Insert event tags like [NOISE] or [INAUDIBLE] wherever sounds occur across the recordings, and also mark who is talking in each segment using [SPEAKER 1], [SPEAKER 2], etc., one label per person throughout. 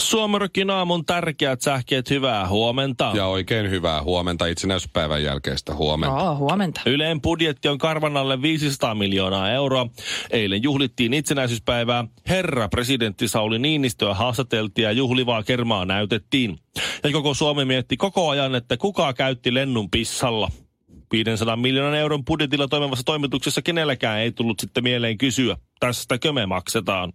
[SPEAKER 1] Suomerokin aamun tärkeät sähkeet, hyvää huomenta.
[SPEAKER 2] Ja oikein hyvää huomenta itsenäispäivän jälkeistä huomenta.
[SPEAKER 3] Aa, huomenta.
[SPEAKER 1] Yleen budjetti on karvan alle 500 miljoonaa euroa. Eilen juhlittiin itsenäisyyspäivää. Herra presidentti Sauli Niinistöä haastateltiin ja juhlivaa kermaa näytettiin. Ja koko Suomi mietti koko ajan, että kuka käytti lennun pissalla. 500 miljoonan euron budjetilla toimivassa toimituksessa kenelläkään ei tullut sitten mieleen kysyä. Tästäkö me maksetaan?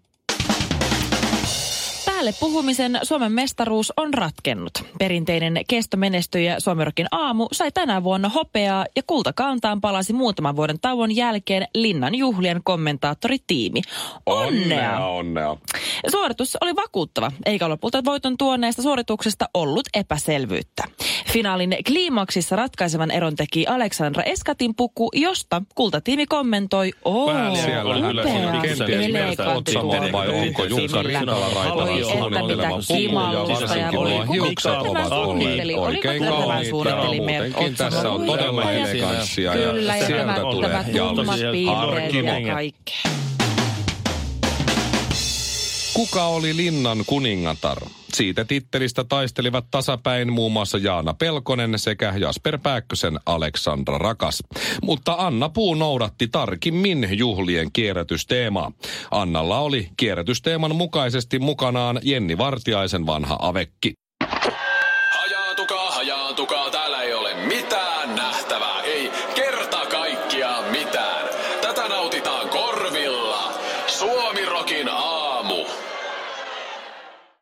[SPEAKER 3] Päälle puhumisen Suomen mestaruus on ratkennut. Perinteinen kestomenestyjä Suomerokin aamu sai tänä vuonna hopeaa ja kultakantaan palasi muutaman vuoden tauon jälkeen Linnan juhlien kommentaattoritiimi. Onnea!
[SPEAKER 2] onnea.
[SPEAKER 3] Suoritus oli vakuuttava, eikä lopulta voiton tuoneesta suorituksesta ollut epäselvyyttä. Finaalin kliimaksissa ratkaisevan eron teki Aleksandra Eskatin puku, josta kultatiimi kommentoi, ooo,
[SPEAKER 1] Vähän siellä
[SPEAKER 2] Siellä
[SPEAKER 1] Oli kyllä siinä
[SPEAKER 3] upea,
[SPEAKER 2] kyllä kenties mieltä
[SPEAKER 3] elegantti
[SPEAKER 2] Otsamoa vai
[SPEAKER 1] tuote.
[SPEAKER 2] onko Jukka
[SPEAKER 3] Siis Sillä.
[SPEAKER 2] Rintala
[SPEAKER 1] Oi,
[SPEAKER 2] Raitala
[SPEAKER 1] että
[SPEAKER 3] mitä kimallista ja oli. Kuka
[SPEAKER 2] hiukset
[SPEAKER 3] tämän
[SPEAKER 2] ovat olleet
[SPEAKER 3] suunnitteli? Oliko
[SPEAKER 2] oikein
[SPEAKER 3] tämä
[SPEAKER 2] kauniit ja
[SPEAKER 3] suunnitteli meidän
[SPEAKER 2] muutenkin
[SPEAKER 3] Otsamon
[SPEAKER 2] tässä on todella
[SPEAKER 3] huippuja?
[SPEAKER 2] eleganssia
[SPEAKER 3] Kyllä,
[SPEAKER 2] ja
[SPEAKER 3] ja
[SPEAKER 2] sieltä
[SPEAKER 3] tämä,
[SPEAKER 2] tulee
[SPEAKER 3] tämä tummat
[SPEAKER 1] Tosiaan
[SPEAKER 3] piirteet
[SPEAKER 2] Arkimo.
[SPEAKER 3] ja kaikkea.
[SPEAKER 2] Kuka oli Linnan kuningatar? Siitä tittelistä taistelivat tasapäin muun muassa Jaana Pelkonen sekä Jasper Pääkkösen Aleksandra Rakas. Mutta Anna Puu noudatti tarkimmin juhlien kierrätysteemaa. Annalla oli kierrätysteeman mukaisesti mukanaan Jenni Vartiaisen vanha avekki.
[SPEAKER 4] Hajaantukaa, hajaantukaa, täällä ei ole mitään nähtävää, ei kerta kaikkiaan mitään. Tätä nautitaan korvilla. Suomirokin aamu.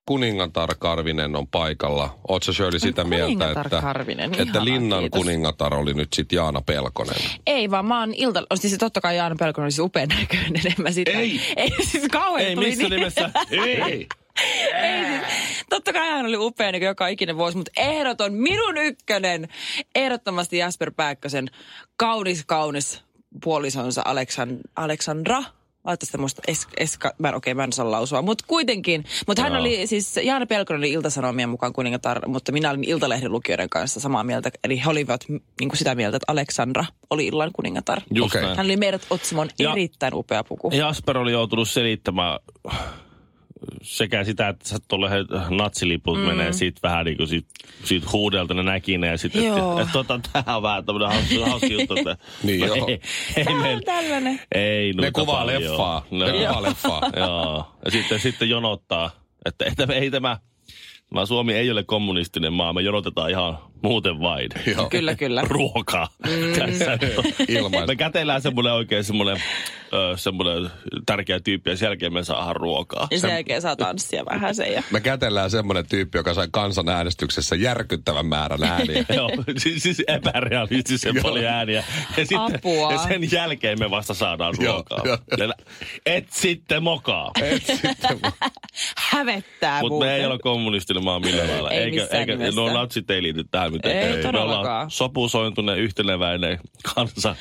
[SPEAKER 2] Kuningatar Karvinen on paikalla. Ootko Shirley sitä mieltä,
[SPEAKER 3] Kuningatar
[SPEAKER 2] että,
[SPEAKER 3] Karvinen,
[SPEAKER 2] että
[SPEAKER 3] ihana,
[SPEAKER 2] Linnan
[SPEAKER 3] kiitos.
[SPEAKER 2] kuningatar oli nyt sitten Jaana Pelkonen?
[SPEAKER 3] Ei vaan mä oon ilta... on Siis totta kai Jaana Pelkonen olisi upean näköinen, en mä sitä...
[SPEAKER 1] Ei.
[SPEAKER 3] [LAUGHS] Ei siis kauhean
[SPEAKER 1] Ei
[SPEAKER 3] tuli
[SPEAKER 1] missään
[SPEAKER 3] niin. [LAUGHS]
[SPEAKER 1] nimessä. Ei.
[SPEAKER 3] Ei siis. Totta kai hän oli upea niin joka ikinen vuosi, mutta ehdoton minun ykkönen. Ehdottomasti Jasper Pääkkösen kaunis, kaunis puolisonsa Aleksan, Aleksandra. Laittaisi tämmöistä es, eska, mä en, okei, mä en saa lausua, mutta kuitenkin. Mutta hän oli siis, Jaana Pelkonen oli iltasanomien mukaan kuningatar, mutta minä olin iltalehden lukijoiden kanssa samaa mieltä. Eli he olivat niin kuin sitä mieltä, että Aleksandra oli illan kuningatar.
[SPEAKER 1] Just
[SPEAKER 2] Okei.
[SPEAKER 1] näin.
[SPEAKER 3] Hän oli meidät Otsimon
[SPEAKER 1] Ja-
[SPEAKER 3] erittäin upea puku.
[SPEAKER 1] Jasper oli joutunut selittämään sekä sitä, että sä tuolle natsiliput mm. menee siitä vähän niin kuin siitä, siitä huudelta ne näkinä ja sitten,
[SPEAKER 3] Joo.
[SPEAKER 1] [LAUGHS] että, että tota, tää on vähän tämmönen
[SPEAKER 3] [LAUGHS]
[SPEAKER 1] hauska, hauska juttu. Että,
[SPEAKER 2] Niin
[SPEAKER 1] No [LAUGHS]
[SPEAKER 2] joo.
[SPEAKER 1] Ei, ei
[SPEAKER 3] Tää on
[SPEAKER 1] meillä-
[SPEAKER 3] tällainen.
[SPEAKER 1] Ei,
[SPEAKER 2] Ne
[SPEAKER 1] noita
[SPEAKER 2] kuvaa
[SPEAKER 1] paljon.
[SPEAKER 2] leffaa. Ne
[SPEAKER 1] Joo.
[SPEAKER 2] kuvaa leffaa.
[SPEAKER 1] [LAUGHS] Joo. Ja sitten, sitten jonottaa, että ei tämä, ei tämä, tämä Suomi ei ole kommunistinen maa, me jonotetaan ihan muuten vain.
[SPEAKER 2] Joo.
[SPEAKER 3] Kyllä, kyllä.
[SPEAKER 1] Ruokaa.
[SPEAKER 3] Mm.
[SPEAKER 1] Tässä
[SPEAKER 2] Ilmaista.
[SPEAKER 1] Me kätellään semmoinen oikein semmoinen, ö, semmoinen tärkeä tyyppi ja sen jälkeen me saadaan
[SPEAKER 3] [LAUGHS]
[SPEAKER 1] ruokaa.
[SPEAKER 3] Ja sen jälkeen saa tanssia vähän sen ja
[SPEAKER 2] Me kätellään semmoinen tyyppi, joka sai kansanäänestyksessä järkyttävän määrän
[SPEAKER 1] [LAUGHS]
[SPEAKER 2] ääniä.
[SPEAKER 1] Joo, siis, siis epärealistisen paljon ääniä. Ja, sitten,
[SPEAKER 3] Apua.
[SPEAKER 1] ja sen jälkeen me vasta saadaan
[SPEAKER 2] Joo,
[SPEAKER 1] ruokaa.
[SPEAKER 2] joo,
[SPEAKER 1] Ja nä- Et sitten mokaa.
[SPEAKER 3] hävettää
[SPEAKER 1] Mutta me ei ole kommunistinen maa millään lailla.
[SPEAKER 3] Ei missään nimessä.
[SPEAKER 1] no natsit ei liity tähän mitenkään.
[SPEAKER 3] Ei
[SPEAKER 1] me
[SPEAKER 3] todellakaan.
[SPEAKER 1] ollaan sopusointunen, yhteneväinen kansa.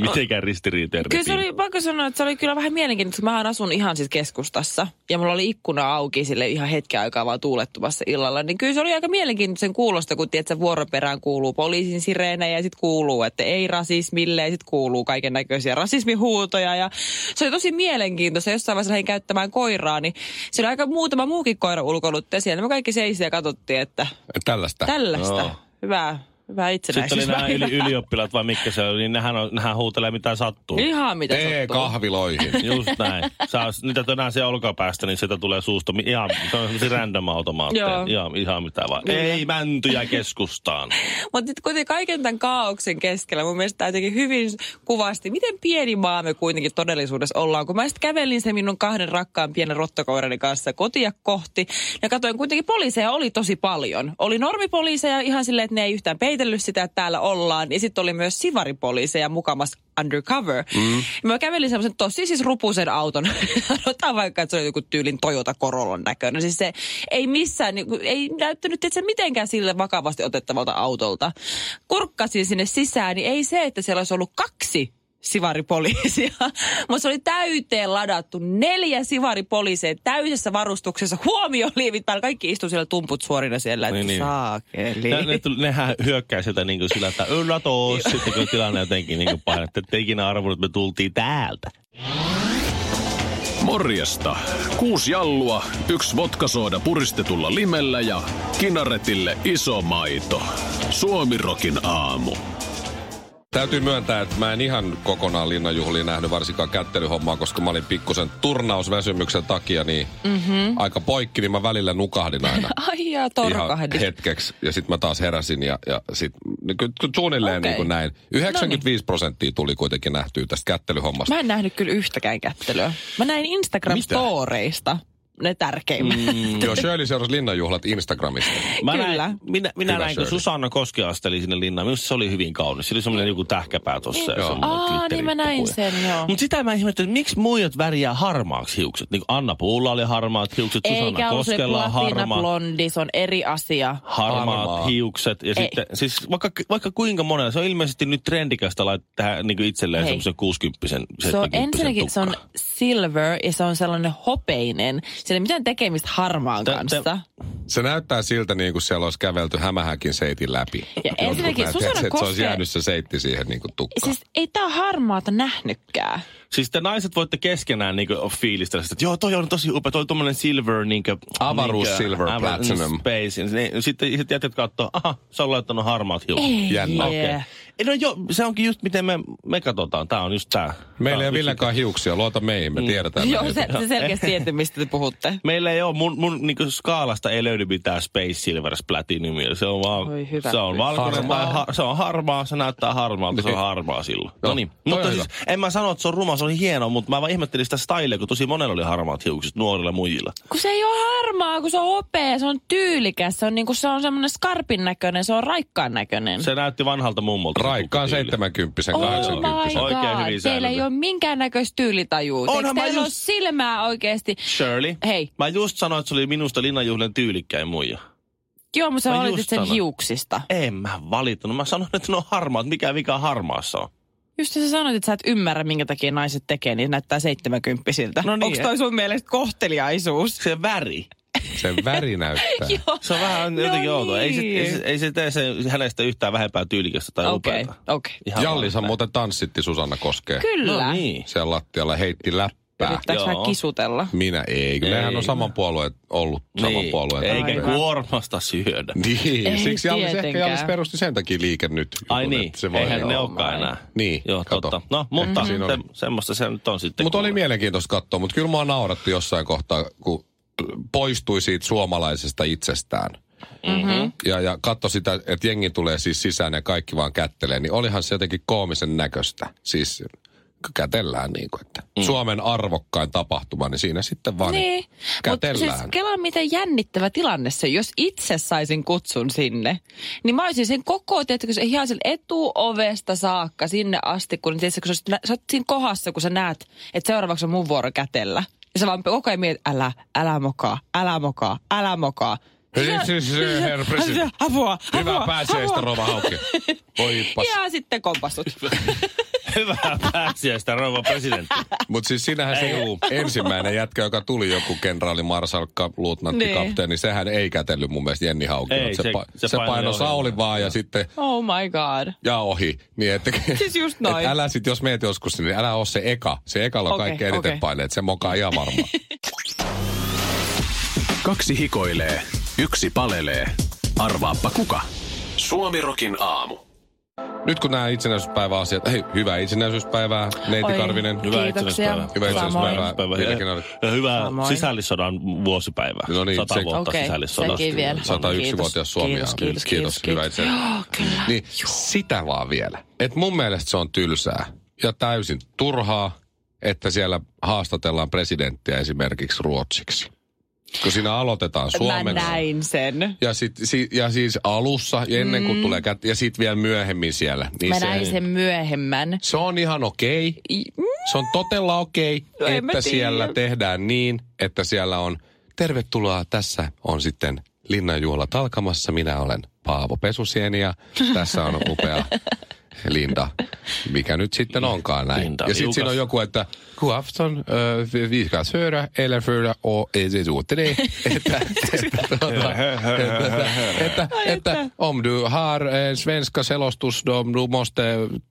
[SPEAKER 1] Mitenkään ristiriiteen
[SPEAKER 3] Kyllä se
[SPEAKER 1] repiin.
[SPEAKER 3] oli, pakko sanoa, että se oli kyllä vähän mielenkiintoista, kun mä asun ihan siis keskustassa. Ja mulla oli ikkuna auki sille ihan hetken aikaa vaan tuulettumassa illalla. Niin kyllä se oli aika mielenkiintoisen kuulosta, kun tiedät, sä vuoroperään kuuluu poliisin sireenejä ja sitten kuuluu, että ei rasismille ja sitten kuuluu kaiken näköisiä rasismihuutoja. Ja se oli tosi mielenkiintoista. Jossain vaiheessa lähdin käyttämään koiraa, niin se oli aika muutama muukin koira ulkoillut ja siellä me kaikki seisiä ja katsottiin, että
[SPEAKER 2] Tällaista.
[SPEAKER 3] tällaista.
[SPEAKER 1] Joo.
[SPEAKER 3] Hyvää, hyvää
[SPEAKER 1] Sitten oli nämä
[SPEAKER 3] itsenäisyyspäivää.
[SPEAKER 1] yli, ylioppilaat vai mikä se oli, niin nehän, on, nehän huutelee mitä sattuu.
[SPEAKER 3] Ihan mitä
[SPEAKER 2] Tee
[SPEAKER 3] sattuu.
[SPEAKER 2] kahviloihin.
[SPEAKER 1] Just näin. Saa, niitä tönää siellä olkapäästä, niin sieltä tulee suusta mi- ihan se on semmosia random automaatteja.
[SPEAKER 3] Joo.
[SPEAKER 1] Ihan, ihan mitä vaan. Ei mäntyjä keskustaan.
[SPEAKER 3] Mutta sitten kuitenkin kaiken tämän kaauksen keskellä mun mielestä tämä jotenkin hyvin kuvasti, miten pieni maa me kuitenkin todellisuudessa ollaan. Kun mä sitten kävelin sen minun kahden rakkaan pienen rottokoirani kanssa kotia kohti ja katsoin kuitenkin poliiseja oli tosi paljon. Oli normipoliiseja ihan silleen, että ne ei yhtään peitellyt sitä, että täällä ollaan. Ja sitten oli myös sivaripoliiseja mukamas undercover. Mm. Mä kävelin semmoisen tosi siis rupusen auton. [LAUGHS] Sanotaan vaikka, että se oli joku tyylin Toyota Corollan näköinen. Siis se ei missään, niin kuin, ei näyttänyt että se mitenkään sille vakavasti otettavalta autolta. Kurkkasin sinne sisään, niin ei se, että siellä olisi ollut kaksi sivaripoliisia. [LAUGHS] Mutta se oli täyteen ladattu. Neljä sivaripoliisia täydessä varustuksessa. Huomioliivit päällä. Kaikki istuu siellä tumput suorina siellä. Niin,
[SPEAKER 1] Niin,
[SPEAKER 3] niin.
[SPEAKER 1] niin.
[SPEAKER 3] Saakeli.
[SPEAKER 1] Ne, ne, tuli- nehän hyökkää sieltä niin kuin sillä, että yllä toos, sitten kun tilanne jotenkin niin kuin painat, että ikinä arvonnut, että me tultiin täältä.
[SPEAKER 4] Morjesta. Kuusi jallua, yksi vodkasooda puristetulla limellä ja kinaretille iso maito. Suomirokin aamu.
[SPEAKER 2] Täytyy myöntää, että mä en ihan kokonaan linnanjuhliin nähnyt varsinkaan kättelyhommaa, koska mä olin pikkusen turnausväsymyksen takia niin mm-hmm. aika poikki, niin mä välillä nukahdin aina.
[SPEAKER 3] Ai jaa,
[SPEAKER 2] ihan
[SPEAKER 3] [LAUGHS] torkahdit.
[SPEAKER 2] hetkeksi. Ja sitten mä taas heräsin ja, ja sit, niin kuin, suunnilleen
[SPEAKER 3] Okei. No
[SPEAKER 2] niin kuin näin. 95 prosenttia tuli kuitenkin nähtyä tästä kättelyhommasta.
[SPEAKER 3] Mä en nähnyt kyllä yhtäkään kättelyä. Mä näin Instagram-storeista ne tärkeimmät.
[SPEAKER 2] Mm. Joo, Shirley seurasi linnanjuhlat Instagramista.
[SPEAKER 1] Mä
[SPEAKER 3] Kyllä.
[SPEAKER 1] Näin, minä minä
[SPEAKER 2] Hyvä
[SPEAKER 1] näin, kun
[SPEAKER 2] Shirley.
[SPEAKER 1] Susanna Koski asteli sinne linnaan. Minusta se oli hyvin kaunis. Sillä oli semmoinen joku tähkäpää tuossa.
[SPEAKER 2] Joo.
[SPEAKER 3] Aa, niin mä näin sen, joo.
[SPEAKER 1] Mutta sitä mä ihmettelin, että miksi muijat värjää harmaaksi hiukset? Niin kuin Anna Puulla oli harmaat hiukset, Susanna
[SPEAKER 3] Eikä ole se
[SPEAKER 1] Koskella on harma,
[SPEAKER 3] platinablondi, se on eri asia.
[SPEAKER 1] harmaat
[SPEAKER 2] Harmaa.
[SPEAKER 1] hiukset. Ja sitten, siis vaikka, vaikka kuinka monella, se on ilmeisesti nyt trendikästä laittaa tähän niin itselleen
[SPEAKER 3] Hei.
[SPEAKER 1] semmoisen 60
[SPEAKER 3] Se on ensinnäkin se on silver ja se on sellainen hopeinen. Sillä ei mitään tekemistä harmaan
[SPEAKER 1] Tä- tä-
[SPEAKER 3] kanssa.
[SPEAKER 2] Se näyttää siltä niin kuin siellä olisi kävelty hämähäkin seitin läpi. Jotkut
[SPEAKER 3] ensinnäkin
[SPEAKER 2] näyttää,
[SPEAKER 3] Susanna
[SPEAKER 2] että se olisi
[SPEAKER 3] Koskela-
[SPEAKER 2] jäänyt se seitti siihen niin kuin tukkaan.
[SPEAKER 3] Siis ei tää harmaata nähnytkään.
[SPEAKER 1] Siis te naiset voitte keskenään niinku fiilistellä sitä, että joo, toi on tosi upea, toi on tommonen silver, niinku,
[SPEAKER 2] Avaruus silver platinum.
[SPEAKER 1] Space. Niin, sitten sit jätet katsoa, aha, sä oot laittanut harmaat hiukset.
[SPEAKER 3] Ei.
[SPEAKER 2] Jännä.
[SPEAKER 3] Okei.
[SPEAKER 1] Okei. No joo, se onkin just miten me, me katsotaan. Tää on just tää.
[SPEAKER 2] Meillä ei
[SPEAKER 1] Tää
[SPEAKER 2] ole
[SPEAKER 1] on just-
[SPEAKER 2] Villekaan hiuksia, luota meihin,
[SPEAKER 1] Mm.
[SPEAKER 2] me tiedetään.
[SPEAKER 3] Joo,
[SPEAKER 2] näitä.
[SPEAKER 3] se, se selkeästi tietää, mistä te puhutte.
[SPEAKER 1] Meillä ei ole, mun, mun niinku skaalasta ei löydy mitään Space Silver Platinumia. Se on vaan,
[SPEAKER 3] Voi hyvä
[SPEAKER 1] se on valkoinen tai har, se on harmaa, se näyttää harmaalta, se on harmaa silloin.
[SPEAKER 2] Joo,
[SPEAKER 1] No, niin,
[SPEAKER 2] toi
[SPEAKER 1] mutta
[SPEAKER 2] on
[SPEAKER 1] siis
[SPEAKER 2] hyvä.
[SPEAKER 1] en mä sano, että se on ruma, se on hieno, mutta mä vaan ihmettelin sitä stylea, kun tosi monella oli harmaat hiukset nuorilla muijilla.
[SPEAKER 3] Kun se ei ole harmaa, kun se on hopea, se on tyylikäs, se on, niinku, se on semmoinen skarpin näköinen, se on raikkaan näköinen.
[SPEAKER 1] Se näytti vanhalta mummolta. se
[SPEAKER 2] Raikkaan
[SPEAKER 1] tukkatyyli.
[SPEAKER 2] 70
[SPEAKER 3] Oh my
[SPEAKER 2] 80
[SPEAKER 1] Oikein hyvin
[SPEAKER 3] god, teillä ei
[SPEAKER 1] säilytetty.
[SPEAKER 3] ole minkäännäköistä tyylitajua.
[SPEAKER 1] Onhan
[SPEAKER 3] Eikö
[SPEAKER 1] mä
[SPEAKER 3] Teillä on
[SPEAKER 1] just-
[SPEAKER 3] silmää oikeasti.
[SPEAKER 1] Shirley.
[SPEAKER 3] Hei.
[SPEAKER 1] Mä just sanoin, että se oli minusta linnanjuhlien tyylikkäin muija.
[SPEAKER 3] Joo, mutta sä
[SPEAKER 1] Mä
[SPEAKER 3] valitit
[SPEAKER 1] just
[SPEAKER 3] sen
[SPEAKER 1] sanoin.
[SPEAKER 3] hiuksista.
[SPEAKER 1] En mä valittanut. Mä sanoin, että ne on harmaat. Mikä vika harmaassa on?
[SPEAKER 3] Just niin sä sanoit, että sä et ymmärrä, minkä takia naiset tekee, niin näyttää seitsemänkymppisiltä.
[SPEAKER 1] No niin.
[SPEAKER 3] Onko toi sun mielestä kohteliaisuus?
[SPEAKER 1] Se väri.
[SPEAKER 2] Sen väri näyttää.
[SPEAKER 3] Joo.
[SPEAKER 1] Se on vähän jotenkin
[SPEAKER 3] No
[SPEAKER 1] outoa. Ei se, ei, se,
[SPEAKER 3] niin.
[SPEAKER 1] ei se tee se, hänestä yhtään vähempää tyylikästä tai
[SPEAKER 3] Okei,
[SPEAKER 1] upeata.
[SPEAKER 3] okei.
[SPEAKER 1] Ihan
[SPEAKER 2] Jallihan
[SPEAKER 1] vaan.
[SPEAKER 2] muuten tanssitti Susanna Koskee.
[SPEAKER 3] Kyllä.
[SPEAKER 1] No niin.
[SPEAKER 2] Siellä lattialla heitti läppää.
[SPEAKER 3] Yrittääks vähän
[SPEAKER 1] Joo.
[SPEAKER 3] kisutella?
[SPEAKER 2] Minä ei. Kyllä nehän on
[SPEAKER 1] Ei.
[SPEAKER 2] saman puolueen ollut. Saman
[SPEAKER 1] niin.
[SPEAKER 2] puolueen.
[SPEAKER 1] Eikä
[SPEAKER 3] Aivan.
[SPEAKER 1] kuormasta syödä.
[SPEAKER 2] Niin,
[SPEAKER 3] Ei
[SPEAKER 2] siksi Jallis ehkä
[SPEAKER 3] tietenkään.
[SPEAKER 2] Jallis perusti sen takia liike nyt.
[SPEAKER 1] Ai
[SPEAKER 2] jutun,
[SPEAKER 1] niin,
[SPEAKER 2] että se voi
[SPEAKER 1] eihän ne
[SPEAKER 2] olla.
[SPEAKER 1] olekaan enää.
[SPEAKER 2] Niin,
[SPEAKER 1] Joo,
[SPEAKER 2] kato.
[SPEAKER 1] totta. No, mutta
[SPEAKER 2] Mm, siinä
[SPEAKER 1] mm-hmm.
[SPEAKER 2] oli.
[SPEAKER 1] se, semmoista se nyt on sitten.
[SPEAKER 2] Mutta oli
[SPEAKER 1] kuule.
[SPEAKER 2] mielenkiintoista katsoa, mutta kyllä mua nauratti jossain kohtaa, kun poistui siitä suomalaisesta itsestään. Mm-hmm. Ja, ja katso sitä, että jengi tulee siis sisään ja kaikki vaan kättelee, niin olihan se jotenkin koomisen näköistä. Siis kätellään niin kuin, että mm. Suomen arvokkain tapahtuma, niin siinä sitten vaan niin.
[SPEAKER 3] Niin, mutta siis
[SPEAKER 2] kätellään.
[SPEAKER 3] kelaa miten jännittävä tilanne se, jos itse saisin kutsun sinne, niin mä olisin sen koko, tiedätkö, se ihan sen etuovesta saakka sinne asti, kun, tiedätkö, kun sä, oot- sä oot siinä kohdassa, kun sä näet, että seuraavaksi on mun vuoro kätellä. Ja sä vaan koko ajan mietit, älä, älä mokaa, älä mokaa, älä mokaa.
[SPEAKER 2] Siis- siis, siis, herra presidentti.
[SPEAKER 3] [LAUGHS] Apua,
[SPEAKER 2] Hyvää
[SPEAKER 3] apua,
[SPEAKER 2] pääsiäistä,
[SPEAKER 3] apua.
[SPEAKER 2] Rova Hauki. Voi pas.
[SPEAKER 3] Ja sitten kompastut.
[SPEAKER 1] [LAUGHS] Hyvää pääsiäistä, rouva presidentti.
[SPEAKER 2] Mutta siis sinähän se ensimmäinen jätkä, joka tuli joku kenraali, marsalkka, luutnantti,
[SPEAKER 3] Niin.
[SPEAKER 2] kapteeni, sehän ei kätellyt mun mielestä Jenni Haukin.
[SPEAKER 1] Ei,
[SPEAKER 2] se,
[SPEAKER 1] se-
[SPEAKER 2] pa- se,
[SPEAKER 1] se
[SPEAKER 2] se
[SPEAKER 1] painoi
[SPEAKER 2] paino
[SPEAKER 1] ohi.
[SPEAKER 2] sauli vaan ja sitten
[SPEAKER 3] [LAUGHS] Oh my god.
[SPEAKER 2] ja ohi. Niin et,
[SPEAKER 3] Siis just noin.
[SPEAKER 2] Et älä sit, jos meet joskus, niin älä oo se eka. Se ekalla on
[SPEAKER 3] Okei,
[SPEAKER 2] kaikki eniten
[SPEAKER 3] okei.
[SPEAKER 2] okay. paineet, se mokaa ihan
[SPEAKER 3] [LAUGHS]
[SPEAKER 2] varmaan.
[SPEAKER 4] Kaksi hikoilee, yksi palelee. Arvaappa kuka? Suomirokin aamu.
[SPEAKER 2] Nyt kun nämä itsenäisyyspäiväasiat, hei, hyvää itsenäisyyspäivää, Neiti
[SPEAKER 3] Oi.
[SPEAKER 2] Karvinen.
[SPEAKER 3] Hyvä. Kiitoksia.
[SPEAKER 2] Hyvää itsenäisyyspäivää.
[SPEAKER 1] Samoin.
[SPEAKER 2] Minäkin olen-
[SPEAKER 1] Ja hyvää
[SPEAKER 3] Samoin.
[SPEAKER 1] sisällissodan vuosipäivää.
[SPEAKER 2] No niin,
[SPEAKER 1] Sata
[SPEAKER 2] se-
[SPEAKER 1] vuotta
[SPEAKER 3] Okei,
[SPEAKER 1] sisällissodasta.
[SPEAKER 3] sekin vielä. Kiitos,
[SPEAKER 2] 101-vuotias Suomi.
[SPEAKER 3] kiitos,
[SPEAKER 2] ja-
[SPEAKER 3] kiitos, kiitos,
[SPEAKER 2] Hyvä
[SPEAKER 3] kiitos.
[SPEAKER 2] itse. Niin sitä vaan vielä. Et mun mielestä se on tylsää ja täysin turhaa, että siellä haastatellaan presidenttiä esimerkiksi ruotsiksi. kun siinä aloitetaan
[SPEAKER 3] Mä
[SPEAKER 2] suomeksi.
[SPEAKER 3] näin sen.
[SPEAKER 2] Ja, sit, si, ja siis alussa, ja ennen kuin tulee kättä, ja sitten vielä myöhemmin siellä. Niin
[SPEAKER 3] Mm. Mä näin sen myöhemmän.
[SPEAKER 2] se on ihan okei. Okay.
[SPEAKER 3] I- mm.
[SPEAKER 2] Se on totella okei,
[SPEAKER 3] No
[SPEAKER 2] okay,
[SPEAKER 3] en mä
[SPEAKER 2] että siellä
[SPEAKER 3] tiedä.
[SPEAKER 2] tehdään niin, että siellä on tervetuloa. Tässä on sitten Linnanjuhlat alkamassa. Minä olen Paavo Pesusieni ja tässä on upea Linda, mikä nyt sitten onkaan näin.
[SPEAKER 1] Linda
[SPEAKER 2] ja sitten siinä on
[SPEAKER 1] Liukas.
[SPEAKER 2] joku, että kun afton äh, vi ska söra eller föra och är det så till dig. [LAUGHS] Että, että, tuota, että, että, että om du har eh, svenska selostus, då du måste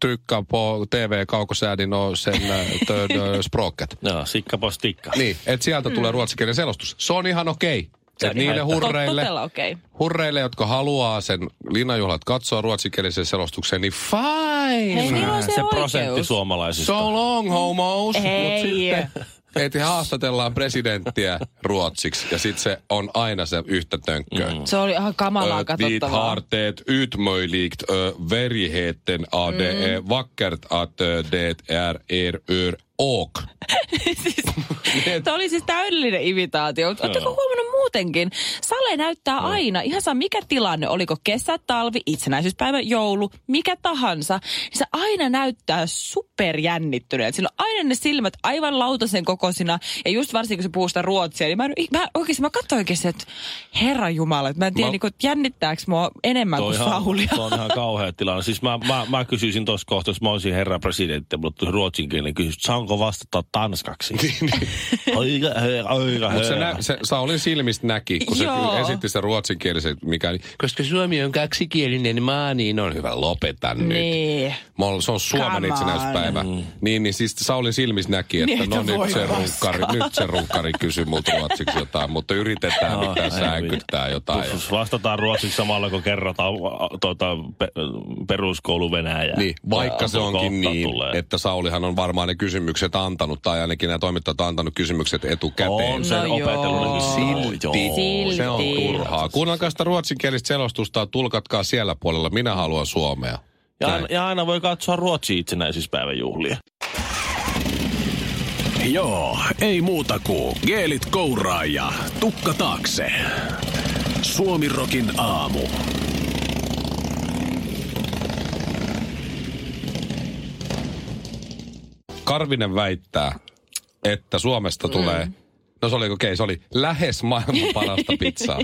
[SPEAKER 2] trycka på tv-kaukosäädin och sen eh, törd eh, språket.
[SPEAKER 1] No, sikka pois tikka.
[SPEAKER 2] Niin, että sieltä tulee ruotsinkielinen selostus. Se on ihan okei.
[SPEAKER 1] Se on
[SPEAKER 2] Et
[SPEAKER 1] ihan
[SPEAKER 2] niille
[SPEAKER 1] totta.
[SPEAKER 2] hurreille,
[SPEAKER 3] Totella okei. Okay.
[SPEAKER 2] hurreille, jotka haluaa sen linnanjuhlat katsoa ruotsinkielisen selostuksen, niin
[SPEAKER 3] Hei,
[SPEAKER 2] fine.
[SPEAKER 3] niillä on se,
[SPEAKER 1] Niin se
[SPEAKER 3] oikeus.
[SPEAKER 1] prosentti suomalaisista.
[SPEAKER 2] So long, homos. Mut
[SPEAKER 3] Hei.
[SPEAKER 2] sitten- Et haastatellaan presidenttiä ruotsiksi ja sitten se on aina se yhtä tönkköä. Mm.
[SPEAKER 3] Se oli ihan kamalaa
[SPEAKER 2] Vit
[SPEAKER 3] katsottavaa.
[SPEAKER 2] har det utmöjligt ö, veriheten att det
[SPEAKER 3] Mm.
[SPEAKER 2] är vackert att ö, det är er ur åk.
[SPEAKER 3] Tämä Siis, oli siis täydellinen imitaatio, mutta oletteko
[SPEAKER 1] Joo.
[SPEAKER 3] huomannut muutenkin? Sale näyttää aina, ihan saa mikä tilanne, oliko kesä, talvi, itsenäisyyspäivä, joulu, mikä tahansa, niin se aina näyttää superjännittyneeltä. Sillä on aina ne silmät aivan lautasen kokoisina, ja just varsinkin kun se puhuu sitä ruotsia, niin mä, en, mä oikeasti, mä katsoin oikeasti, että herra jumala, että mä en tiedä,
[SPEAKER 2] Mä-
[SPEAKER 3] mä... Niin kuin, että jännittääkö mua enemmän kuin
[SPEAKER 1] ihan,
[SPEAKER 3] Saulia.
[SPEAKER 1] toi on ihan kauhea tilanne. Siis mä, mä, mä kysyisin tuossa kohtaa, jos mä olisin herra presidentti, mutta ruotsinkielinen kysymys, saanko vastata
[SPEAKER 2] [LAUGHS]
[SPEAKER 1] tanskaksi?
[SPEAKER 2] Niin.
[SPEAKER 1] Oiga, hö, oiga,
[SPEAKER 2] Mutta se,
[SPEAKER 1] hö.
[SPEAKER 2] nä, se Saulin silmistä näki, kun se
[SPEAKER 3] Joo.
[SPEAKER 2] kyllä esitti sen ruotsinkielisen, mikä... Koska Suomi on kaksikielinen maa, niin on hyvä, lopeta
[SPEAKER 3] Niin.
[SPEAKER 2] Mä oon- Se on Suomen
[SPEAKER 3] Come
[SPEAKER 2] itsenäispäivä.
[SPEAKER 1] Mm.
[SPEAKER 2] Niin, niin siis Saulin silmissä näki, että
[SPEAKER 3] Niin,
[SPEAKER 2] no
[SPEAKER 3] että voi
[SPEAKER 2] nyt se,
[SPEAKER 3] paskaa.
[SPEAKER 2] runkari, nyt se runkari kysyi multa ruotsiksi jotain, mutta yritetään
[SPEAKER 1] No,
[SPEAKER 2] no, mitään
[SPEAKER 1] ei
[SPEAKER 2] säänkyttää jotain.
[SPEAKER 1] Jos Vastataan ruotsiksi samalla, kun kerrotaan a, tuota, pe, peruskoulu Venäjää.
[SPEAKER 2] Niin, vaikka se
[SPEAKER 1] Tuo
[SPEAKER 2] onkin
[SPEAKER 1] kohta
[SPEAKER 2] niin,
[SPEAKER 1] tulee.
[SPEAKER 2] että Saulihan on varmaan ne kysymykset antanut, tai ainakin nämä toimittajat on antanut kysymykset etukäteen.
[SPEAKER 1] on sen
[SPEAKER 3] No
[SPEAKER 1] no
[SPEAKER 3] joo.
[SPEAKER 1] opetellut.
[SPEAKER 3] Silti.
[SPEAKER 2] Se on turhaa. Kuunnelkaa sitä ruotsinkielistä selostusta, tulkatkaa siellä puolella. Minä haluan suomea.
[SPEAKER 1] Ja,
[SPEAKER 2] Näin.
[SPEAKER 1] aina- ja aina voi katsoa Ruotsin itsenäisyyspäivän juhlia.
[SPEAKER 4] Joo, ei muuta kuin geelit kouraa ja tukka taakse. Suomirokin aamu.
[SPEAKER 2] Karvinen väittää, että Suomesta tulee, no se oli okei, okay, se oli lähes maailman parasta pizzaa.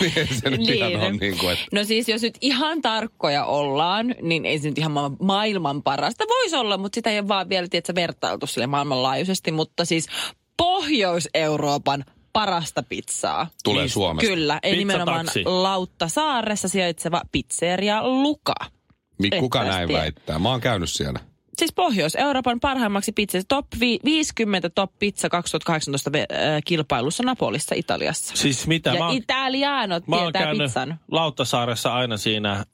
[SPEAKER 2] niin se nyt ihan on niin kuin, että
[SPEAKER 3] No siis jos nyt ihan tarkkoja ollaan, niin ei se nyt ihan ma- maailman parasta voisi olla, mutta sitä ei ole vaan vielä tiedätkö, vertailtu sille maailmanlaajuisesti, mutta siis Pohjois-Euroopan parasta pizzaa. Siis
[SPEAKER 2] tulee
[SPEAKER 1] Niin,
[SPEAKER 2] Suomesta.
[SPEAKER 3] Kyllä, ei nimenomaan
[SPEAKER 1] Pizzataksi.
[SPEAKER 3] Lauttasaaressa sijaitseva pizzeria Luka.
[SPEAKER 2] Mi- Kuka
[SPEAKER 3] Ettäs
[SPEAKER 2] näin
[SPEAKER 3] tie.
[SPEAKER 2] väittää? Mä oon käynyt siellä.
[SPEAKER 3] Siis Pohjois-Euroopan parhaimmaksi pizza, top vi- 50 top pizza 2018 ve- äh, kilpailussa Napolissa Italiassa.
[SPEAKER 1] Siis mitä?
[SPEAKER 3] Ja
[SPEAKER 1] mä oon,
[SPEAKER 3] italianot
[SPEAKER 1] mä oon
[SPEAKER 3] tietää
[SPEAKER 1] käynyt
[SPEAKER 3] pizzan.
[SPEAKER 1] Lauttasaaressa aina siinä, äh,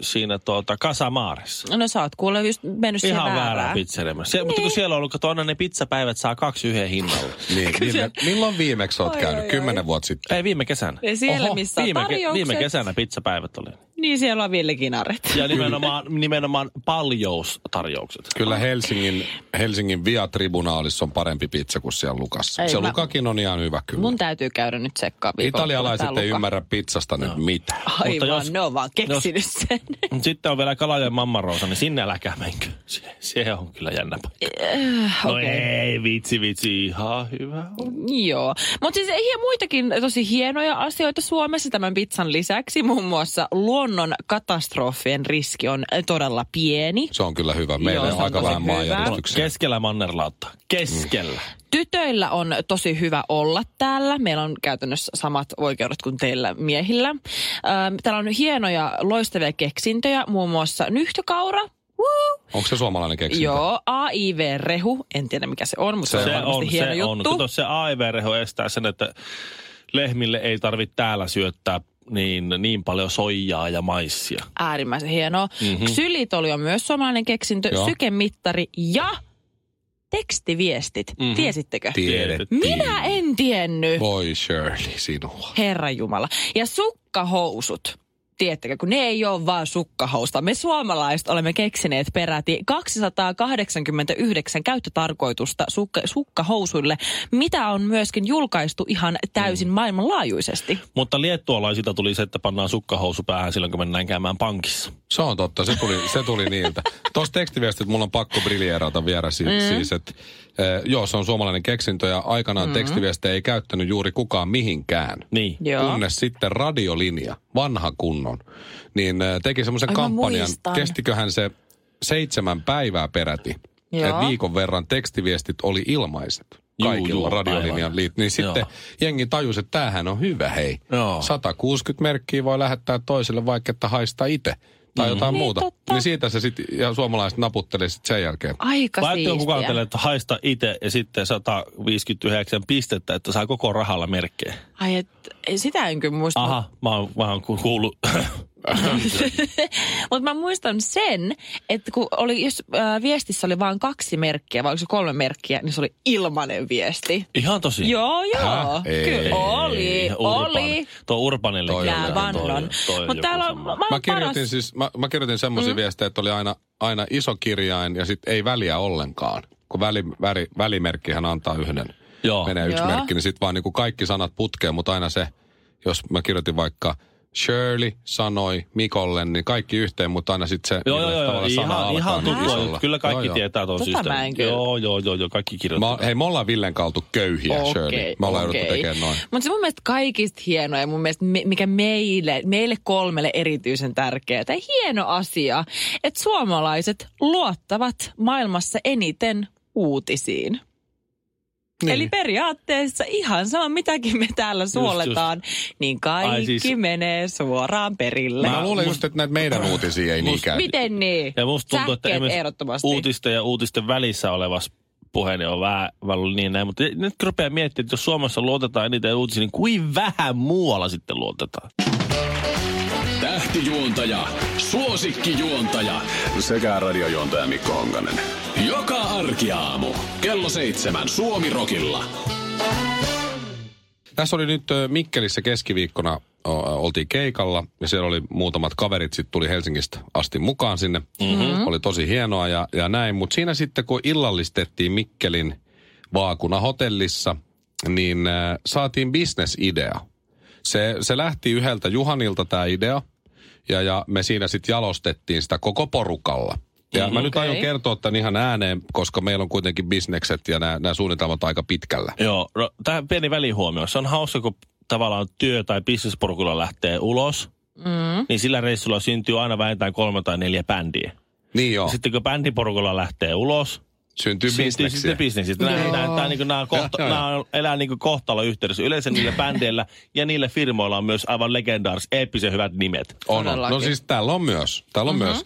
[SPEAKER 1] siinä tuota, Kasamaaressa.
[SPEAKER 3] No sä oot kuule just mennyt siihen
[SPEAKER 1] Ihan
[SPEAKER 3] väärään.
[SPEAKER 1] väärää pizzeria. Se, Mutta
[SPEAKER 3] Niin.
[SPEAKER 1] kun siellä on ollut, kato, aina ne pizzapäivät saa kaksi yhden hinnalla.
[SPEAKER 2] Niin, viime, milloin viimeksi oot
[SPEAKER 3] Oi,
[SPEAKER 2] käynyt?
[SPEAKER 3] oi,
[SPEAKER 2] Kymmenen vuotta sitten.
[SPEAKER 1] Ei, viime kesänä.
[SPEAKER 3] Ja siellä, missä on
[SPEAKER 1] viime,
[SPEAKER 3] tarjoukset.
[SPEAKER 1] viime kesänä pizzapäivät oli.
[SPEAKER 3] Niin siellä on villikinaret.
[SPEAKER 1] Ja nimenomaan, nimenomaan
[SPEAKER 3] [LAUGHS]
[SPEAKER 1] paljoustarjoukset.
[SPEAKER 2] Kyllä Helsingin, Helsingin via-tribunaalissa on parempi pizza kuin siellä Lukassa.
[SPEAKER 3] Ei,
[SPEAKER 2] se
[SPEAKER 3] mä-
[SPEAKER 2] Lukakin on ihan hyvä kyllä.
[SPEAKER 3] Mun täytyy käydä nyt tsekkaa viikolla,
[SPEAKER 2] Italialaiset
[SPEAKER 3] tää
[SPEAKER 2] ei
[SPEAKER 3] Luka.
[SPEAKER 2] ymmärrä pizzasta nyt mitään.
[SPEAKER 3] Aivan,
[SPEAKER 1] Mutta jos-
[SPEAKER 3] ne on vaan keksinyt sen. [LAUGHS]
[SPEAKER 1] Sitten on vielä kala ja mammarousa, niin sinne äläkää menkö. Se, se on kyllä jännä paikka. No
[SPEAKER 3] Eh, okei.
[SPEAKER 1] ei, vitsi, vitsi, ihan hyvä on.
[SPEAKER 3] Joo. Mutta siis ihan muitakin tosi hienoja asioita Suomessa tämän pizzan lisäksi. Muun muassa luonnon katastrofien riski on todella pieni.
[SPEAKER 2] Se on kyllä hyvä. Meillä
[SPEAKER 3] Joo,
[SPEAKER 2] Joo,
[SPEAKER 3] se
[SPEAKER 2] on
[SPEAKER 3] on
[SPEAKER 2] aika
[SPEAKER 3] tosi
[SPEAKER 2] vähän
[SPEAKER 3] hyvä.
[SPEAKER 2] maanjäristyksiä.
[SPEAKER 1] Keskellä mannerlautta. Keskellä.
[SPEAKER 3] Tytöillä on tosi hyvä olla täällä. Meillä on käytännössä samat oikeudet kuin teillä miehillä. Ähm, Täällä on hienoja, loistavia keksintöjä, muun muassa nyhtökaura. Woo!
[SPEAKER 2] Onko se suomalainen keksintö?
[SPEAKER 3] Joo, AIV-rehu. En tiedä mikä se on, mutta se, on
[SPEAKER 1] Se
[SPEAKER 3] varmasti
[SPEAKER 1] on,
[SPEAKER 3] hieno
[SPEAKER 1] se on.
[SPEAKER 3] juttu.
[SPEAKER 1] Kato, se aivereho estää sen, että lehmille ei tarvitse täällä syöttää niin, niin paljon soijaa ja maissia.
[SPEAKER 3] Äärimmäisen hienoa. Mm-hmm. Ksylitoli on myös suomalainen keksintö,
[SPEAKER 2] Joo.
[SPEAKER 3] Joo. sykemittari ja tekstiviestit. Mm-hmm. Tiesittekö?
[SPEAKER 2] Tiedettiin.
[SPEAKER 3] Minä en tiennyt.
[SPEAKER 2] Voi Shirley, sinua.
[SPEAKER 3] Herra Jumala. Ja sukkahousut. tiettäkö, kun ne ei ole vaan sukkahousta. Me suomalaiset olemme keksineet peräti 289 käyttötarkoitusta sukka, sukkahousuille, mitä on myöskin julkaistu ihan täysin maailmanlaajuisesti.
[SPEAKER 1] Mutta liettualaisilta tuli se, että pannaan sukkahousu päähän silloin, kun mennään käymään pankissa.
[SPEAKER 2] Se on totta, se tuli, se tuli niiltä. Tuossa tekstiviestit mulla on pakko briljeerata vielä si- mm. siis, että eh, joo, se on suomalainen keksintö ja aikanaan mm. tekstiviestejä ei käyttänyt juuri kukaan mihinkään.
[SPEAKER 1] Niin.
[SPEAKER 3] Joo.
[SPEAKER 2] Kunnes sitten radiolinja, vanha kunnon, niin eh, teki semmoisen
[SPEAKER 3] Ai mä
[SPEAKER 2] kampanjan,
[SPEAKER 3] muistan.
[SPEAKER 2] kestiköhän se seitsemän päivää peräti.
[SPEAKER 3] Joo.
[SPEAKER 2] Et viikon verran tekstiviestit oli ilmaiset
[SPEAKER 1] Juu,
[SPEAKER 2] kaikilla
[SPEAKER 1] juu,
[SPEAKER 2] radiolinjan
[SPEAKER 1] aivan.
[SPEAKER 2] liit. Niin sitten
[SPEAKER 1] Joo.
[SPEAKER 2] jengi tajusi, että tämähän on hyvä, hei.
[SPEAKER 1] Joo.
[SPEAKER 2] 160 merkkiä voi lähettää toiselle, vaikka että haista itse. Tai mm. jotain
[SPEAKER 3] Niin,
[SPEAKER 2] muuta.
[SPEAKER 3] totta.
[SPEAKER 2] Niin siitä se sitten, ja suomalaiset naputtelee sitten sen jälkeen.
[SPEAKER 3] Aika
[SPEAKER 1] Laittoi joku
[SPEAKER 3] siistiä.
[SPEAKER 1] katselle, että haista itse ja sitten 159 pistettä, että saa koko rahalla merkkejä.
[SPEAKER 3] Ai, et, sitä en kyllä muista.
[SPEAKER 1] Aha, mä oon, mä oon ku- kuullut. [CLEARS THROAT]
[SPEAKER 2] niin
[SPEAKER 3] [LAUGHS] Mutta mä muistan sen, että kun oli, jos äh, viestissä oli vain kaksi merkkiä, vai oliko se kolme merkkiä, niin se oli ilmainen viesti.
[SPEAKER 1] Ihan tosi.
[SPEAKER 3] Joo, joo.
[SPEAKER 2] Häh? Ei.
[SPEAKER 3] Kyllä, oli, oli.
[SPEAKER 1] Tuo Urbanille.
[SPEAKER 2] Toi on
[SPEAKER 3] Mä
[SPEAKER 2] joku-
[SPEAKER 3] vannon. Mutta täällä on, mä,
[SPEAKER 2] Mä
[SPEAKER 3] oon paras.
[SPEAKER 2] kirjoitin siis, mä, mä kirjoitin semmoisia mm. viestejä, että oli aina, aina iso kirjain ja sitten ei väliä ollenkaan. Kun väli, väri, välimerkkihän antaa yhden.
[SPEAKER 1] Joo.
[SPEAKER 2] Menee yksi
[SPEAKER 3] Joo.
[SPEAKER 2] merkki, niin sitten vaan niinku kaikki sanat putkeen, mutta aina se, jos mä kirjoitin vaikka Shirley sanoi Mikolle, niin kaikki yhteen, mutta aina sitten se
[SPEAKER 1] Joo,
[SPEAKER 2] millä
[SPEAKER 1] joo, joo.
[SPEAKER 2] tavalla sana
[SPEAKER 1] Ihan,
[SPEAKER 2] alkaa,
[SPEAKER 1] ihan
[SPEAKER 2] niin
[SPEAKER 1] tuttua.
[SPEAKER 2] isolla.
[SPEAKER 1] Kyllä kaikki
[SPEAKER 2] Joo, joo.
[SPEAKER 1] tietää tuon
[SPEAKER 3] Tota mä en
[SPEAKER 1] systeemin.
[SPEAKER 3] kyllä.
[SPEAKER 1] Joo, joo, joo, joo. Kaikki kirjoittaa.
[SPEAKER 2] Mä, hei, me ollaan Villen kaltu köyhiä, okay, Shirley. Me ollaan okay. jouduttu tekemään noin.
[SPEAKER 3] Mutta se mun mielestä kaikista hienoa ja mun mielestä me, mikä meille, meille kolmelle erityisen tärkeää. Tai hieno asia, että suomalaiset luottavat maailmassa eniten uutisiin. Niin. Eli periaatteessa ihan sama, mitäkin me täällä suoletaan, niin kaikki
[SPEAKER 1] Ai siis-
[SPEAKER 3] menee suoraan perille.
[SPEAKER 2] Mä luulen just, että näitä meidän uutisia ei niinkään.
[SPEAKER 3] Miten niin?
[SPEAKER 1] Ja musta tuntuu, että
[SPEAKER 3] Sähkeet
[SPEAKER 1] esimerkiksi
[SPEAKER 3] ehdottomasti.
[SPEAKER 1] uutisten ja uutisten välissä olevassa puheeni on vähän välillä niin näin, mutta nyt kun rupeaa miettimään, että jos Suomessa luotetaan eniten uutisiin, niin kuin vähän muualla sitten luotetaan.
[SPEAKER 4] Tähtijuontaja, suosikkijuontaja sekä radiojuontaja Mikko Honkanen. Joka arkiaamu kello seitsemän Suomirokilla.
[SPEAKER 2] Tässä oli nyt ö, Mikkelissä keskiviikkona o, ö, oltiin keikalla ja siellä oli muutamat kaverit, sitten tuli Helsingistä asti mukaan sinne. Mm-hmm. Oli tosi hienoa ja, ja näin, mutta siinä sitten kun illallistettiin Mikkelin vaakuna hotellissa, niin ö, saatiin bisnesidea. Se, se lähti yhdeltä Juhanilta tämä idea ja, ja me siinä sitten jalostettiin sitä koko porukalla. Ja mä nyt
[SPEAKER 3] Okei.
[SPEAKER 2] aion kertoa tämän ihan ääneen, koska meillä on kuitenkin bisnekset ja nämä suunnitelmat aika pitkällä.
[SPEAKER 1] Joo, no, tämä pieni välihuomio. Se on hauska, kun tavallaan työ- tai bisnesporkulla lähtee ulos, mm. niin sillä reissulla syntyy aina vähintään kolme tai neljä bändiä.
[SPEAKER 2] Niin joo,
[SPEAKER 1] Sitten kun bändiporukalla lähtee ulos,
[SPEAKER 2] syntyy
[SPEAKER 1] syntyy
[SPEAKER 2] bisneksiä.
[SPEAKER 1] sitten bisneksistä. Nämä, nämä, nämä, niin nämä, kohta,
[SPEAKER 2] Joo, joo,
[SPEAKER 1] nämä elää niin kuin kohtaloyhteydessä. Yleensä niillä bändeillä ja niillä firmoilla on myös aivan legendaariset, eeppisen hyvät nimet.
[SPEAKER 2] On, on.
[SPEAKER 3] Todellakin.
[SPEAKER 2] No siis täällä on myös. Täällä on mm-hmm. myös.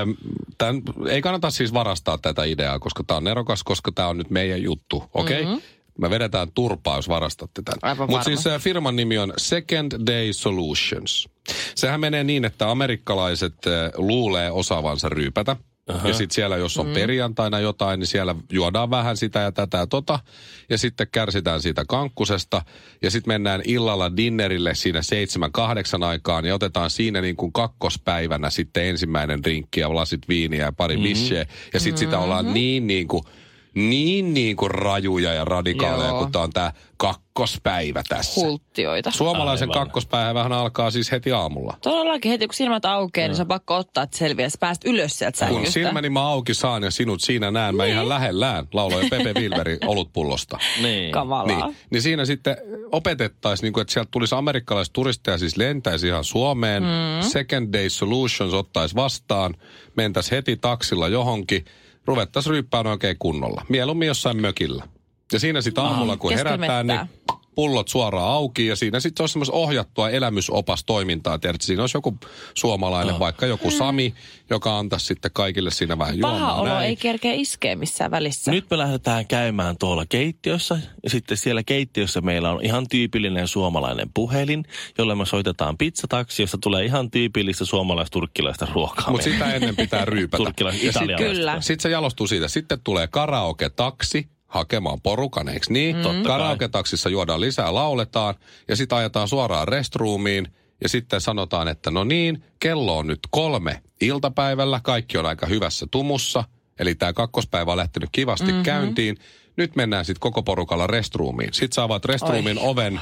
[SPEAKER 2] Öm, Tän, ei kannata siis varastaa tätä ideaa, koska tämä on nerokas, koska tämä on nyt meidän juttu. Okei? Okay? Mm-hmm. Me vedetään turpaa, jos varastatte tämän.
[SPEAKER 3] Aivan
[SPEAKER 2] Mutta
[SPEAKER 3] varmasti.
[SPEAKER 2] siis se firman nimi on Second Day Solutions. Sehän menee niin, että amerikkalaiset eh, luulee osaavansa ryypätä. Uh-huh. Ja sitten siellä, jos on mm. perjantaina jotain, niin siellä juodaan vähän sitä ja tätä ja tota. Ja sitten kärsitään siitä kankkusesta. Ja sitten mennään illalla dinnerille siinä seitsemän kahdeksan aikaan. Ja otetaan siinä niin kuin kakkospäivänä sitten ensimmäinen rinkki ja lasit viiniä ja pari mm-hmm. bisseä. Ja sitten sitä ollaan niin niin kuin, niin niin kuin rajuja ja radikaaleja,
[SPEAKER 3] Joo.
[SPEAKER 2] kun tämä on tämä kakkospäivä tässä.
[SPEAKER 3] Kulttioita.
[SPEAKER 2] Suomalaisen
[SPEAKER 1] Aivan.
[SPEAKER 2] kakkospäivähän alkaa siis heti aamulla.
[SPEAKER 3] Todellakin heti, kun silmät aukeaa, niin se on pakko ottaa, että selviää. Sä pääst ylös sieltä
[SPEAKER 2] Kun
[SPEAKER 3] sängystä.
[SPEAKER 2] silmäni mä auki saan ja sinut siinä näen, mä ihan lähellään, lauloi Pepe Wilberi olutpullosta.
[SPEAKER 1] Niin.
[SPEAKER 3] Kamalaa.
[SPEAKER 2] Niin, niin siinä sitten opetettaisiin, niin kuin, että sieltä tulisi amerikkalaiset turisteja, siis lentäisi ihan Suomeen. Mm. Second Day Solutions ottaisi vastaan, mentäisi heti taksilla johonkin, ruvettaisiin ryyppään oikein kunnolla. Mieluummin jossain mökillä. Ja siinä sitten aamulla, kun
[SPEAKER 3] keskellä
[SPEAKER 2] herätään, niin
[SPEAKER 3] mettää.
[SPEAKER 2] pullot suoraan auki ja siinä sitten olisi semmoista ohjattua elämysopastoimintaa. Tiedätkö, siinä olisi joku suomalainen, oh. vaikka joku Sami, joka antaisi sitten kaikille siinä vähän
[SPEAKER 3] Paha
[SPEAKER 2] juomaa.
[SPEAKER 3] olo
[SPEAKER 2] näin.
[SPEAKER 3] ei kerkeä iskeä missään välissä.
[SPEAKER 1] Nyt me lähdetään käymään tuolla keittiössä. Ja sitten siellä keittiössä meillä on ihan tyypillinen suomalainen puhelin, jolle me soitetaan pizzataksi, josta tulee ihan tyypillistä suomalaisturkkilaista ruokaa.
[SPEAKER 2] Mutta sitä ennen pitää ryypätä.
[SPEAKER 1] Turkkilais-
[SPEAKER 2] Ja sit-
[SPEAKER 1] italialaista.
[SPEAKER 3] Kyllä.
[SPEAKER 2] Sitten se jalostuu siitä. Sitten tulee karaoke-taksi hakemaan porukan, eikö niin? Mm. Karaoke-taksissa juodaan lisää, lauletaan ja sitten ajetaan suoraan restruumiin Ja sitten sanotaan, että no niin, kello on nyt kolme iltapäivällä, kaikki on aika hyvässä tumussa. Eli tämä kakkospäivä on lähtenyt kivasti mm-hmm. käyntiin. Nyt mennään sitten koko porukalla restroomiin. Sitten sä avaat restroomin oven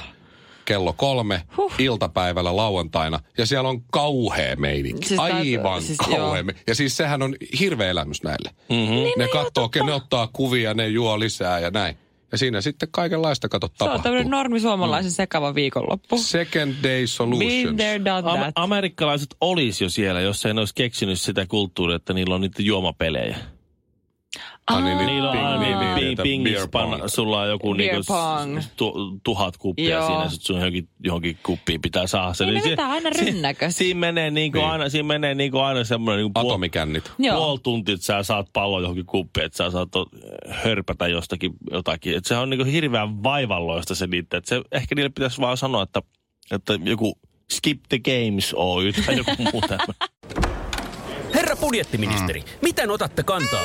[SPEAKER 2] kello kolme huh. iltapäivällä lauantaina ja siellä on kauhea meininki.
[SPEAKER 3] Siis
[SPEAKER 2] Siis
[SPEAKER 3] tää-
[SPEAKER 2] Aivan siis
[SPEAKER 3] siis
[SPEAKER 2] kauhea
[SPEAKER 3] joo. Niin,
[SPEAKER 2] me- Ja siis sehän on hirveä elämys näille. Mm-hmm. Ne katsoo, ne ottaa kuvia, ne juo lisää ja näin. Ja siinä sitten kaikenlaista kato
[SPEAKER 3] Se on
[SPEAKER 2] tapahtuu.
[SPEAKER 3] tämmöinen normi suomalaisen
[SPEAKER 2] Mm.
[SPEAKER 3] sekava viikonloppu.
[SPEAKER 2] Second day
[SPEAKER 3] Been
[SPEAKER 2] solutions.
[SPEAKER 3] there, done
[SPEAKER 1] Am-
[SPEAKER 3] that.
[SPEAKER 1] amerikkalaiset olisi jo siellä, jos ei ne olisi keksinyt sitä kulttuuria, että niillä on niitä juomapelejä.
[SPEAKER 2] Ah, niin, nyt
[SPEAKER 1] Niillä on
[SPEAKER 2] ping,
[SPEAKER 1] aina
[SPEAKER 2] niin, niin,
[SPEAKER 1] ping,
[SPEAKER 2] niitä
[SPEAKER 1] pingis,
[SPEAKER 2] beer pong.
[SPEAKER 1] pan, sulla on joku
[SPEAKER 3] Beer
[SPEAKER 1] niinku s-
[SPEAKER 3] pong.
[SPEAKER 1] tu, tuhat kuppia
[SPEAKER 3] Joo.
[SPEAKER 1] siinä, sit sun johonkin, johonkin kuppiin pitää saada se.
[SPEAKER 3] Niin ne
[SPEAKER 1] si-
[SPEAKER 3] vetää aina
[SPEAKER 1] si-
[SPEAKER 3] rynnäkös.
[SPEAKER 1] Siinä menee niinku
[SPEAKER 2] Niin.
[SPEAKER 1] aina, siinä menee niinku aina semmoinen niinku puol-
[SPEAKER 2] Atomikännit.
[SPEAKER 3] Joo.
[SPEAKER 1] puoli tuntia, että sä saat pallon johonkin kuppiin, että sä saat o- hörpätä jostakin jotakin. Että se on niinku hirveän vaivalloista se niitä. Että se, ehkä niille pitäisi vaan sanoa, että, että joku skip the games Oy tai joku muu tämmöinen.
[SPEAKER 5] Herra budjettiministeri, mm. miten otatte kantaa?